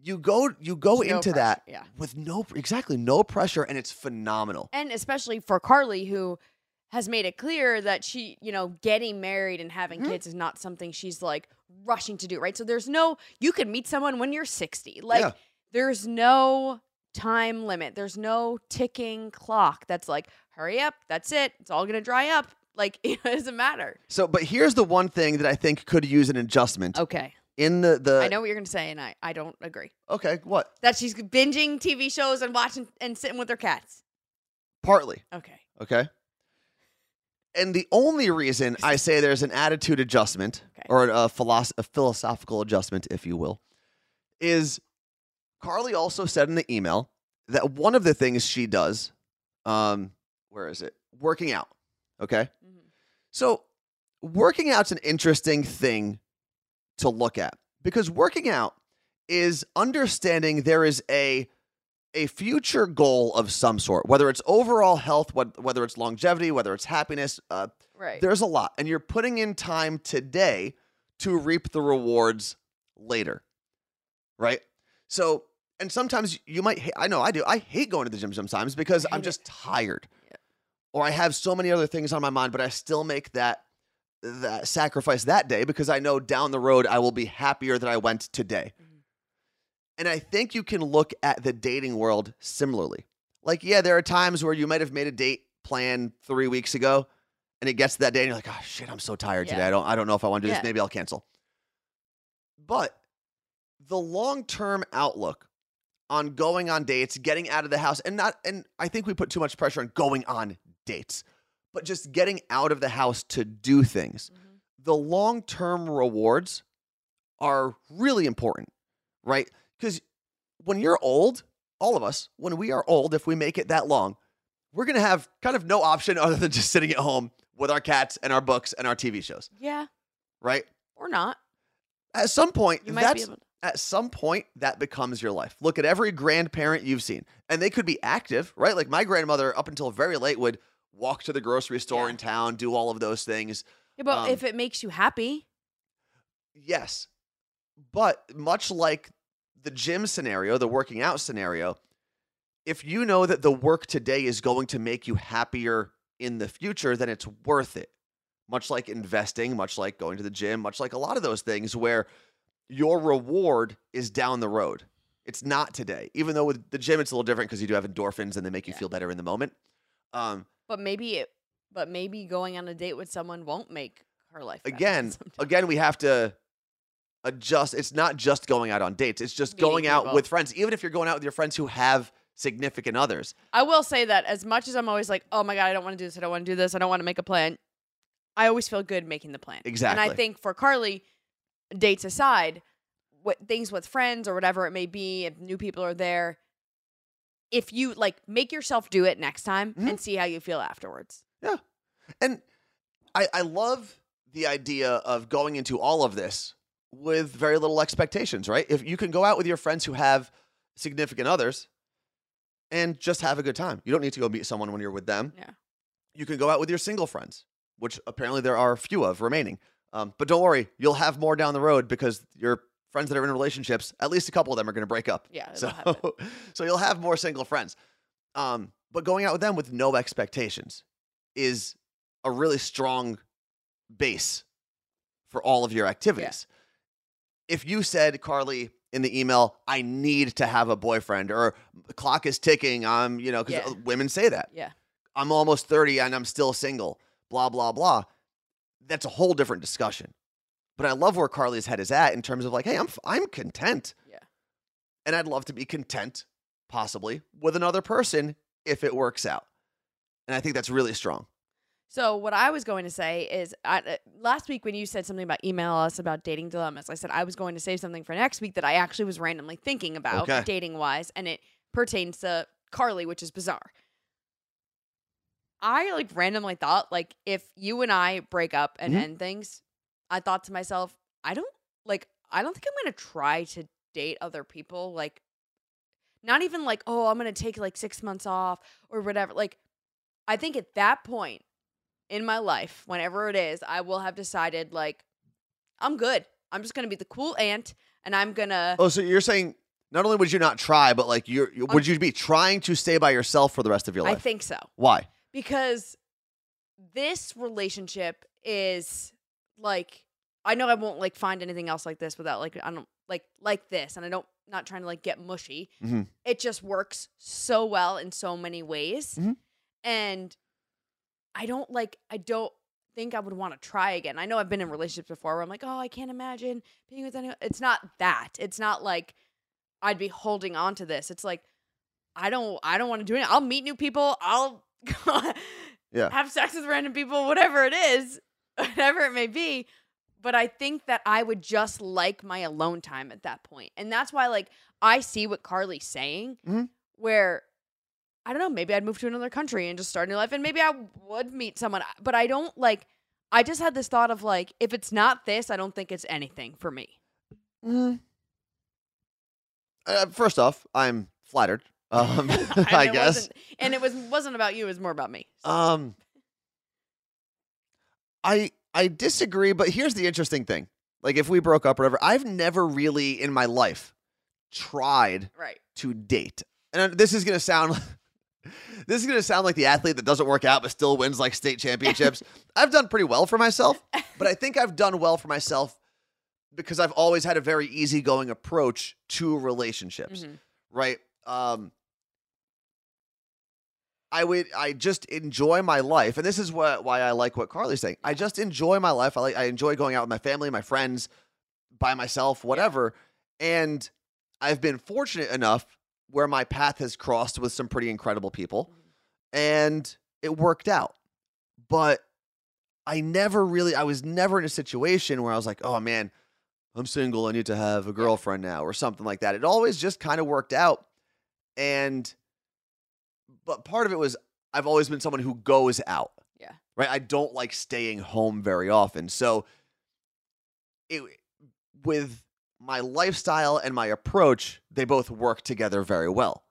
S1: You go you go
S2: There's no
S1: into
S2: pressure,
S1: that
S2: yeah.
S1: with no exactly no pressure, and it's phenomenal.
S2: and especially for Carly, who has made it clear that she, you know, getting married and having
S1: Mm-hmm.
S2: kids is not something she's like rushing to do, right? So there's no, you can meet someone when you're 60. Like,
S1: Yeah.
S2: there's no time limit, there's no ticking clock that's like, hurry up, that's it, it's all gonna dry up. Like, it doesn't matter.
S1: So, but here's the one thing that I think could use an adjustment
S2: Okay.
S1: in the the.
S2: Oh. I know what you're gonna say, and I, I don't agree.
S1: Okay, what
S2: That she's binging TV shows and watching and sitting with her cats.
S1: partly.
S2: Okay.
S1: Okay. And the only reason I say there's an attitude adjustment
S2: Okay.
S1: or a, philosoph- a philosophical adjustment, if you will, is Carly also said in the email that one of the things she does, um, where is it? working out. Okay. So working out's an interesting thing to look at because working out is understanding there is a a future goal of some sort, whether it's overall health, wheth- whether it's longevity, whether it's happiness, uh,
S2: Right.
S1: there's a lot. And you're putting in time today to reap the rewards later. Right? So, and sometimes you might, ha- I know I do, I hate going to the gym sometimes because
S2: I
S1: I'm
S2: hate it.
S1: just tired or I have so many other things on my mind, but I still make that that sacrifice that day because I know down the road I will be happier than I went today. And I think you can look at the dating world similarly. Like, yeah, there are times where you might have made a date plan three weeks ago, and it gets to that day, and you're like, "Oh shit, I'm so tired
S2: Yeah.
S1: today. I don't, I don't know if I want to do
S2: Yeah.
S1: this. Maybe I'll cancel." But the long term outlook on going on dates, getting out of the house, and not, and I think we put too much pressure on going on dates, but just getting out of the house to do things. The long term rewards are really important, right? Because when you're old, all of us, when we are old, if we make it that long, we're going to have kind of no option other than just sitting at home with our cats and our books and our TV shows,
S2: yeah.
S1: right?
S2: Or not.
S1: At some point,
S2: You might
S1: that's,
S2: be able to.
S1: at some point that becomes your life. Look at every grandparent you've seen, and they could be active, right? Like my grandmother, up until very late, would walk to the grocery store
S2: Yeah.
S1: in town, do all of those things.
S2: Yeah, but
S1: um,
S2: if it makes you happy,
S1: Yes. But much like the gym scenario, the working out scenario, if you know that the work today is going to make you happier in the future, then it's worth it. Much like investing, much like going to the gym, much like a lot of those things where your reward is down the road. It's not today. Even though with the gym, it's a little different because you do have endorphins and they make you
S2: Yeah.
S1: feel better in the moment. Um,
S2: but maybe it, but maybe going on a date with someone won't make her life better
S1: again,
S2: sometimes.
S1: again, we have to adjust. It's not just going out on dates. It's just
S2: Meeting
S1: going out
S2: people.
S1: with friends. Even if you're going out with your friends who have significant others,
S2: I will say that as much as I'm always like, oh my God, I don't want to do this. I don't want to do this. I don't want to make a plan. I always feel good making the plan. And I
S1: Exactly.
S2: think for Carly, dates aside, what things with friends or whatever it may be, if new people are there, if you like make yourself do it next time
S1: Mhm.
S2: and see how you feel afterwards.
S1: and I, I love the idea of going into all of this with very little expectations. Right? If you can go out with your friends who have significant others and just have a good time, you don't need to go meet someone when you're with them.
S2: Yeah.
S1: You can go out with your single friends, which apparently there are a few of remaining. Um, but don't worry, you'll have more down the road because your friends that are in relationships, at least a couple of them are going to break up.
S2: Yeah, it'll
S1: So,
S2: happen.
S1: so you'll have more single friends. Um, but going out with them with no expectations is a really strong base for all of your activities. If you said, Carly, in the email, I need to have a boyfriend or the clock is ticking, I'm, you know, because
S2: Yeah.
S1: women say that.
S2: Yeah.
S1: I'm almost 30 and I'm still single, blah, blah, blah. That's a whole different discussion. But I love where Carly's head is at in terms of like, hey, I'm, f- I'm content.
S2: Yeah.
S1: And I'd love to be content, possibly, with another person if it works out. And I think that's really strong.
S2: So what I was going to say is, I, uh, last week when you said something about email us about dating dilemmas, I said I was going to save something for next week that I actually was randomly thinking about
S1: Okay.
S2: dating wise, and it pertains to Carly, which is bizarre. I like randomly thought like if you and I break up and
S1: Mhm.
S2: end things, I thought to myself, I don't like I don't think I'm going to try to date other people like not even like oh I'm going to take like 6 months off or whatever. Like I think at that point in my life, whenever it is, I will have decided like I'm good. I'm just going to be the cool aunt and I'm going to
S1: Oh, so you're saying not only would you not try, but like you're, you would you be trying to stay by yourself for the rest of your
S2: Uh, I
S1: life?
S2: think so.
S1: Why?
S2: because this relationship is like I know I won't like find anything else like this without like I don't like like this and I don't not trying to like get mushy.
S1: Mhm.
S2: It just works so well in so many ways.
S1: Mhm.
S2: And I don't like I don't think I would want to try again. I know I've been in relationships before where I'm like, "Oh, I can't imagine being with anyone." It's not that. It's not like I'd be holding on to this. It's like I don't I don't want to do it. I'll meet new people. I'll
S1: Yeah.
S2: have sex with random people, whatever it is, whatever it may be. But I think that I would just like my alone time
S1: Mm-hmm.
S2: at that point. And that's why like I see what Carly's saying
S1: Mhm.
S2: where I don't know, maybe I'd move to another country and just start a new life and maybe I would meet someone. uh, But I don't like I just had this thought of like if it's not this, I don't think it's anything for me. mm.
S1: Uh, first off, I'm flattered. Um,
S2: And
S1: I
S2: it
S1: guess.
S2: wasn't- and it was wasn't about you, it was more about me.
S1: Um, I I disagree, but here's the interesting thing: like if we broke up or whatever, I've never really in my life tried
S2: Right.
S1: to date, and this is gonna sound. This is going to sound like the athlete that doesn't work out but still wins like state championships. I've done pretty well for myself, but I think I've done well for myself because I've always had a very easygoing approach to relationships
S2: Mhm.
S1: right? Um, I would, I just enjoy my life, and this is what why I like what Carly's saying. I just enjoy my life. I like, I enjoy going out with my family, my friends, by myself, whatever. And I've been fortunate enough where my path has crossed with some pretty incredible people, and it worked out. But I never really, I was never in a situation where I was like, oh man, I'm single. I need to have a girlfriend now or something like that. It always just kind of worked out. And, but part of it was I've always been someone who goes out.
S2: Yeah.
S1: Right. I don't like staying home very often. So it, with my lifestyle and my approach, they both work together very well.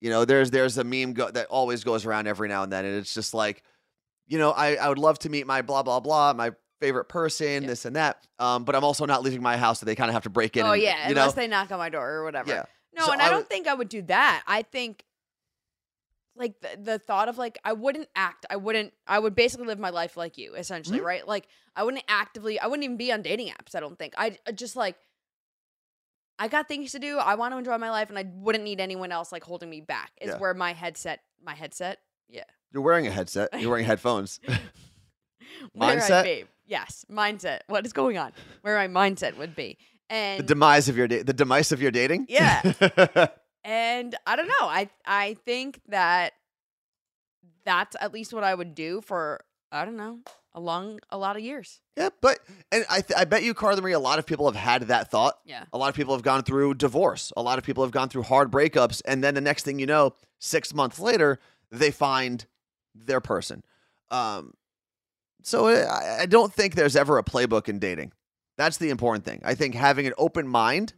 S1: You know, there's, there's a meme go- that always goes around every now and then. And it's just like, you know, I, I would love to meet my blah, blah, blah, my favorite person,
S2: Yeah.
S1: this and that. Um, but I'm also not leaving my house, so they kind of have to break in.
S2: Oh
S1: and,
S2: yeah,
S1: you
S2: unless
S1: know,
S2: they knock on my door or whatever.
S1: Yeah.
S2: No,
S1: So
S2: and I,
S1: I
S2: don't
S1: would-
S2: think I would do that. I think like the, the thought of like I wouldn't act. I wouldn't I would basically live my life like you essentially,
S1: Mm-hmm.
S2: right? Like I wouldn't actively I wouldn't even be on dating apps, I don't think. I, I just like I got things to do. I want to enjoy my life and I wouldn't need anyone else like holding me back. Is
S1: Yeah.
S2: where my headset my headset
S1: you're wearing a headset, you're wearing headphones.
S2: where I'd
S1: Mindset?
S2: be. Yes, mindset. What is going on? Where my mindset would be.
S1: the
S2: And
S1: demise of your da- the demise of your dating.
S2: Yeah. and I don't know. I I think that that's at least what I would do for I don't know a long a lot of years.
S1: yeah, but and I th- I bet you, Carla Marie, a lot of people have had that thought.
S2: Yeah.
S1: A lot of people have gone through divorce. A lot of people have gone through hard breakups, and then the next thing you know, six months later, they find their person. Um, so uh, I, I don't think there's ever a playbook in dating. That's the important thing. I think having an open mind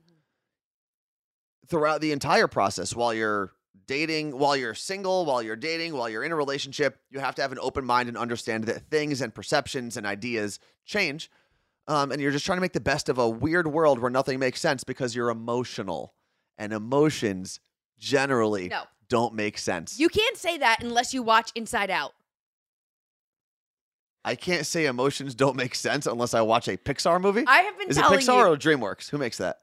S1: throughout the entire process, while you're dating, while you're single, while you're dating, while you're in a relationship, you have to have an open mind and understand that things and perceptions and ideas change um, and you're just trying to make the best of a weird world where nothing makes sense because you're emotional, and emotions generally
S2: No.
S1: don't make sense.
S2: You can't say that unless you watch Inside Out.
S1: I can't say emotions don't make sense unless I watch a Pixar movie.
S2: I have been
S1: Is it
S2: telling
S1: Pixar
S2: you.
S1: or DreamWorks? Who makes that?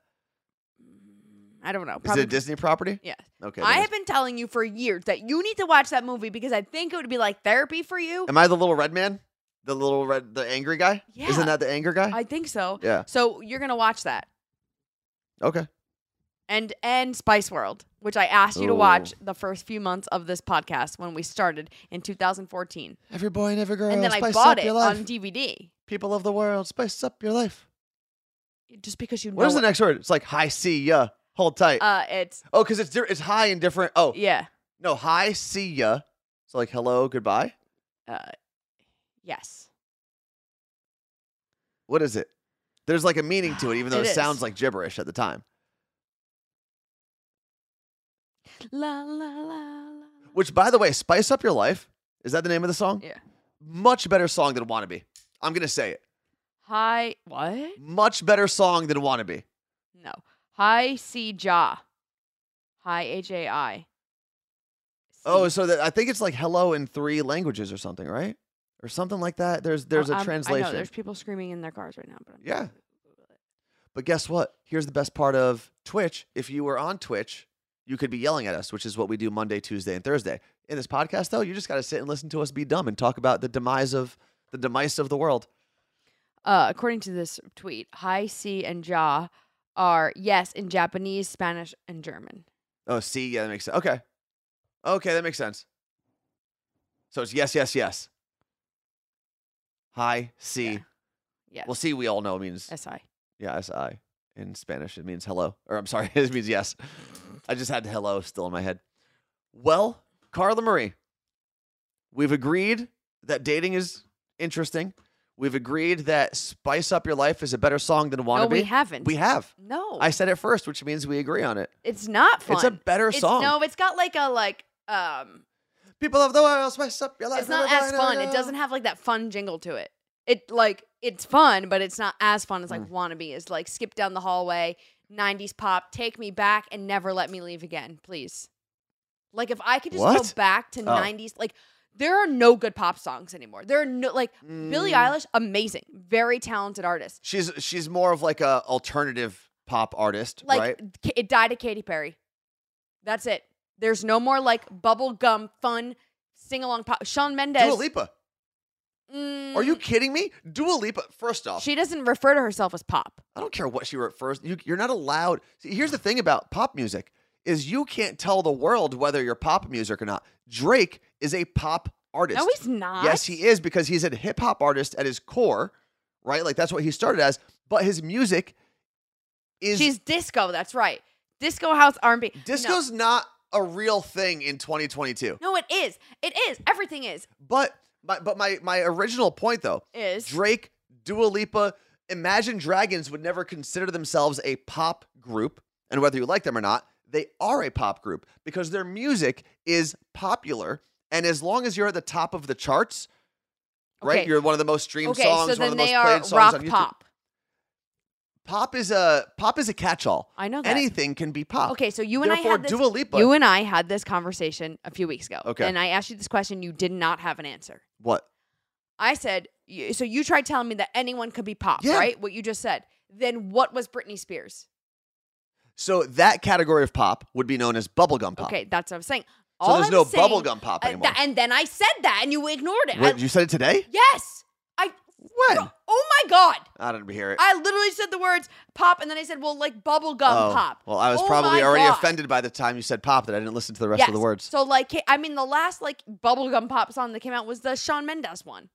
S2: I don't know.
S1: Is it a Disney property?
S2: Yeah.
S1: Okay.
S2: I
S1: then
S2: have been telling you for years that you need to watch that movie because I think it would be like therapy for you.
S1: it's- Am I the little red man? The little red, the angry guy?
S2: Yeah.
S1: Isn't that the anger guy?
S2: I think so.
S1: Yeah.
S2: So you're gonna watch that
S1: okay.
S2: and and Spice World, which I asked you to
S1: Ooh.
S2: watch the first few months of this podcast when we started in 2014,
S1: Every boy and every girl.
S2: and then I
S1: spice
S2: bought
S1: up
S2: it
S1: your life.
S2: on DVD.
S1: People of the world, spice up your life.
S2: just because you know
S1: What is the
S2: it-
S1: next word? It's like high C, yeah. Hold tight.
S2: uh it's
S1: oh, because it's di- it's high and different. Oh,
S2: yeah
S1: No, hi, see ya. So like hello, goodbye.
S2: uh yes
S1: What is it? There's like a meaning to it, even though
S2: It
S1: it,
S2: is.
S1: sounds like gibberish at the time.
S2: la la la la
S1: Which, by the way, "Spice Up Your Life" is that the name of the song?
S2: yeah
S1: Much better song than "Wannabe." I'm gonna say it.
S2: hi what
S1: Much better song than "Wannabe."
S2: no hi c ja hi h a i uh,
S1: Oh, so that I think it's like "Hello" in three languages or something, right? Or something like that. There's there's a
S2: Uh, um, I know,
S1: translation.
S2: there's people screaming in their cars right now but I'm
S1: Yeah. But guess what? Here's the best part of Twitch. If you were on Twitch, you could be yelling at us, which is what we do Monday, Tuesday, and Thursday. In this podcast, though, you just got to sit and listen to us be dumb and talk about the demise of the demise of the world.
S2: uh according to this tweet hi c and ja are yes in japanese spanish and german
S1: Oh, see, yeah, that makes sense. Okay, okay, that makes sense. So it's yes, yes, yes. Hi, see.
S2: Yeah. yes
S1: Well, see, we all know means
S2: si
S1: yeah, si in Spanish. It
S2: Mm-hmm.
S1: means hello, or I'm sorry, it means yes. I just had hello still in my head. Well, Carla Marie, we've agreed that dating is interesting. We've agreed that Spice Up Your Life is a better song than Wannabe.
S2: no, we haven't.
S1: We have.
S2: No,
S1: I said it first, which means we agree on it.
S2: it's not fun.
S1: It's a better
S2: It's-
S1: song.
S2: No, it's got like a like um.
S1: People of the world, Spice Up Your Life.
S2: It's not as
S1: everybody,
S2: fun.
S1: no,
S2: It
S1: no.
S2: doesn't have like that fun jingle to it. It like it's fun, but it's not as fun as like
S1: Mm.
S2: wannabe is like skip down the hallway, 90s pop, take me back and never let me leave again, please. Like if I could just go
S1: What? Oh.
S2: back to 90s like there are no good pop songs anymore. There are no like Billie
S1: Mm.
S2: Eilish amazing, very talented artist.
S1: She's she's more of like a alternative pop artist,
S2: Like
S1: right?
S2: K- it died at Katy Perry. That's it. There's no more like bubblegum fun sing along pop. Sean Mendes. mm,
S1: Dua Lipa. Are you kidding me? Dua Lipa. First off,
S2: She doesn't refer to herself as pop.
S1: I don't care what she wrote first. You, you're not allowed. See, here's the thing about pop music is you can't tell the world whether you're pop music or not. Drake is a pop artist.
S2: No, he's not.
S1: Yes, he is because he's a hip hop artist at his core, right? Like that's what he started as. But his music is
S2: She's disco. That's right. Disco house R&B. No.
S1: disco's not a real thing in 2022.
S2: No, it is. It is. Everything is.
S1: But my but my my original point though
S2: Is.
S1: Drake, Dua Lipa, Imagine Dragons would never consider themselves a pop group, and whether you like them or not, they are a pop group because their music is popular. And as long as you're at the top of the charts, right,
S2: Okay.
S1: you're one of the most streamed
S2: okay,
S1: songs,
S2: so
S1: one of the
S2: then
S1: most
S2: they are
S1: played songs on
S2: rock
S1: YouTube.
S2: pop.
S1: Pop is a pop is a catch-all.
S2: I know that.
S1: anything can be pop.
S2: Okay, so you and
S1: Therefore,
S2: I had this,
S1: Dua Lipa.
S2: You and I had this conversation a few weeks ago.
S1: Okay.
S2: And I asked you this question. You did not have an answer.
S1: what?
S2: I said, y- so you tried telling me that anyone could be pop,
S1: Yeah.
S2: right? What you just said. Then what was Britney Spears?
S1: So that category of pop would be known as bubblegum pop.
S2: Okay, that's what I was saying.
S1: So
S2: All
S1: there's
S2: I'm
S1: no
S2: saying-
S1: bubblegum pop
S2: Uh,
S1: anymore.
S2: th- and then I said that, and you ignored it. I-
S1: What, you said it today?
S2: yes, I.
S1: When?
S2: Oh my god!
S1: I didn't hear it.
S2: I literally said the words pop, and then I said, "Well, like bubblegum
S1: Oh,
S2: pop."
S1: Well, I was
S2: Oh
S1: probably
S2: my
S1: already
S2: God.
S1: offended by the time you said pop that I didn't listen to the rest
S2: yes.
S1: of the words.
S2: So, like, ca- I mean, the last like bubblegum pop song that came out was the Sean Mendes one.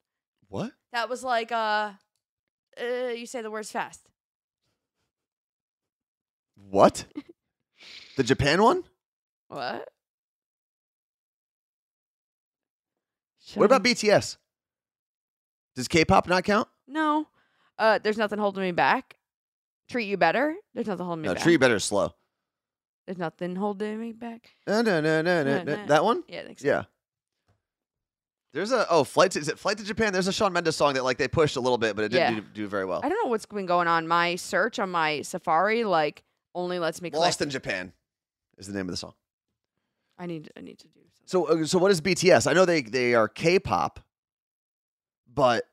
S1: what?
S2: That was like, uh, uh you say the words fast.
S1: What? the Japan one?
S2: What?
S1: What about BTS? Does K-pop not count?
S2: No, uh, there's nothing holding me back. Treat you better. There's nothing holding me
S1: No,
S2: back.
S1: Tree Better is Slow.
S2: There's nothing holding me back.
S1: No, no, no, no, no,
S2: No,
S1: no.
S2: no.
S1: That one?
S2: Yeah, I think so.
S1: Yeah. There's a oh flight to, is it flight to Japan? There's a Shawn Mendes song that like they pushed a little bit, but it didn't
S2: Yeah.
S1: do, do very well.
S2: I don't know what's been going on. My search on my Safari like only lets me collect.
S1: Lost in Japan is the name of the song.
S2: I need I need to do something.
S1: So uh, so what is BTS? I know they they are K-pop, but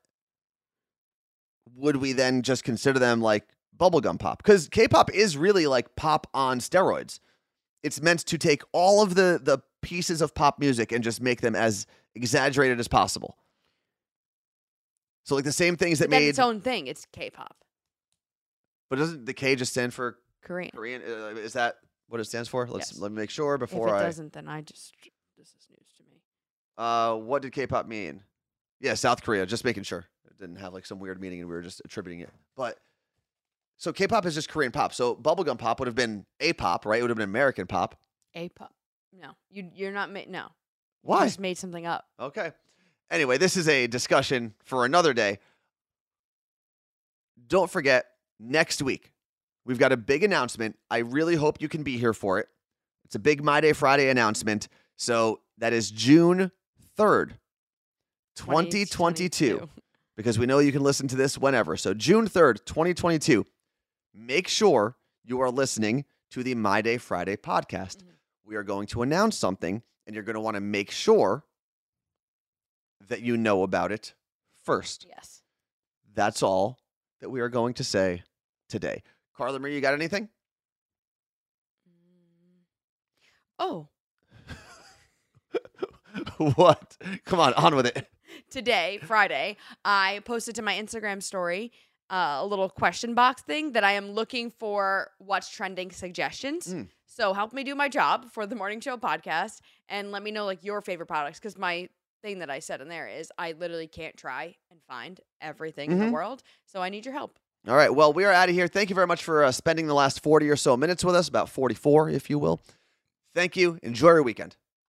S1: would we then just consider them like bubblegum pop? Cuz K-pop is really like pop on steroids. It's meant to take all of the the pieces of pop music and just make them as exaggerated as possible. So like the same things that
S2: But that's
S1: made
S2: its own thing. It's K-pop,
S1: but doesn't the K just stand for
S2: Korean.
S1: Korean? Uh, Is that what it stands for? Let's
S2: Yes.
S1: let me make sure before
S2: if it
S1: I
S2: doesn't, then I just this is news to me.
S1: Uh, what did K-pop mean? Yeah, South Korea. Just making sure it didn't have like some weird meaning, and we were just attributing it. But so K-pop is just Korean pop. So bubblegum pop would have been a pop, right? It would have been American pop.
S2: A-pop. No, you you're not ma- no. You
S1: Why?
S2: just made something up.
S1: Okay. Anyway, this is a discussion for another day. Don't forget next week we've got a big announcement. I really hope you can be here for it. It's a big My Day Friday announcement. So that is June third, twenty twenty two.
S2: 2022.
S1: because we know you can listen to this whenever. So, June 3rd, 2022, make sure you are listening to the My Day Friday podcast. We are going to announce something, and you're going to want to make sure that you know about it first.
S2: Yes.
S1: That's all that we are going to say today. Carla Marie, you got anything?
S2: Oh,
S1: what? Come on, on with it.
S2: today, Friday, I posted to my Instagram story uh, a little question box thing that I am looking for what's trending suggestions.
S1: Mm.
S2: So help me do my job for the morning show podcast and let me know like your favorite products because my thing that I said in there is I literally can't try and find everything in
S1: Mhm.
S2: the world. So I need your help.
S1: All right. Well, we are out of here. Thank you very much for uh, spending the last 40 or so minutes with us, about 44, if you will. Thank you. Enjoy your weekend.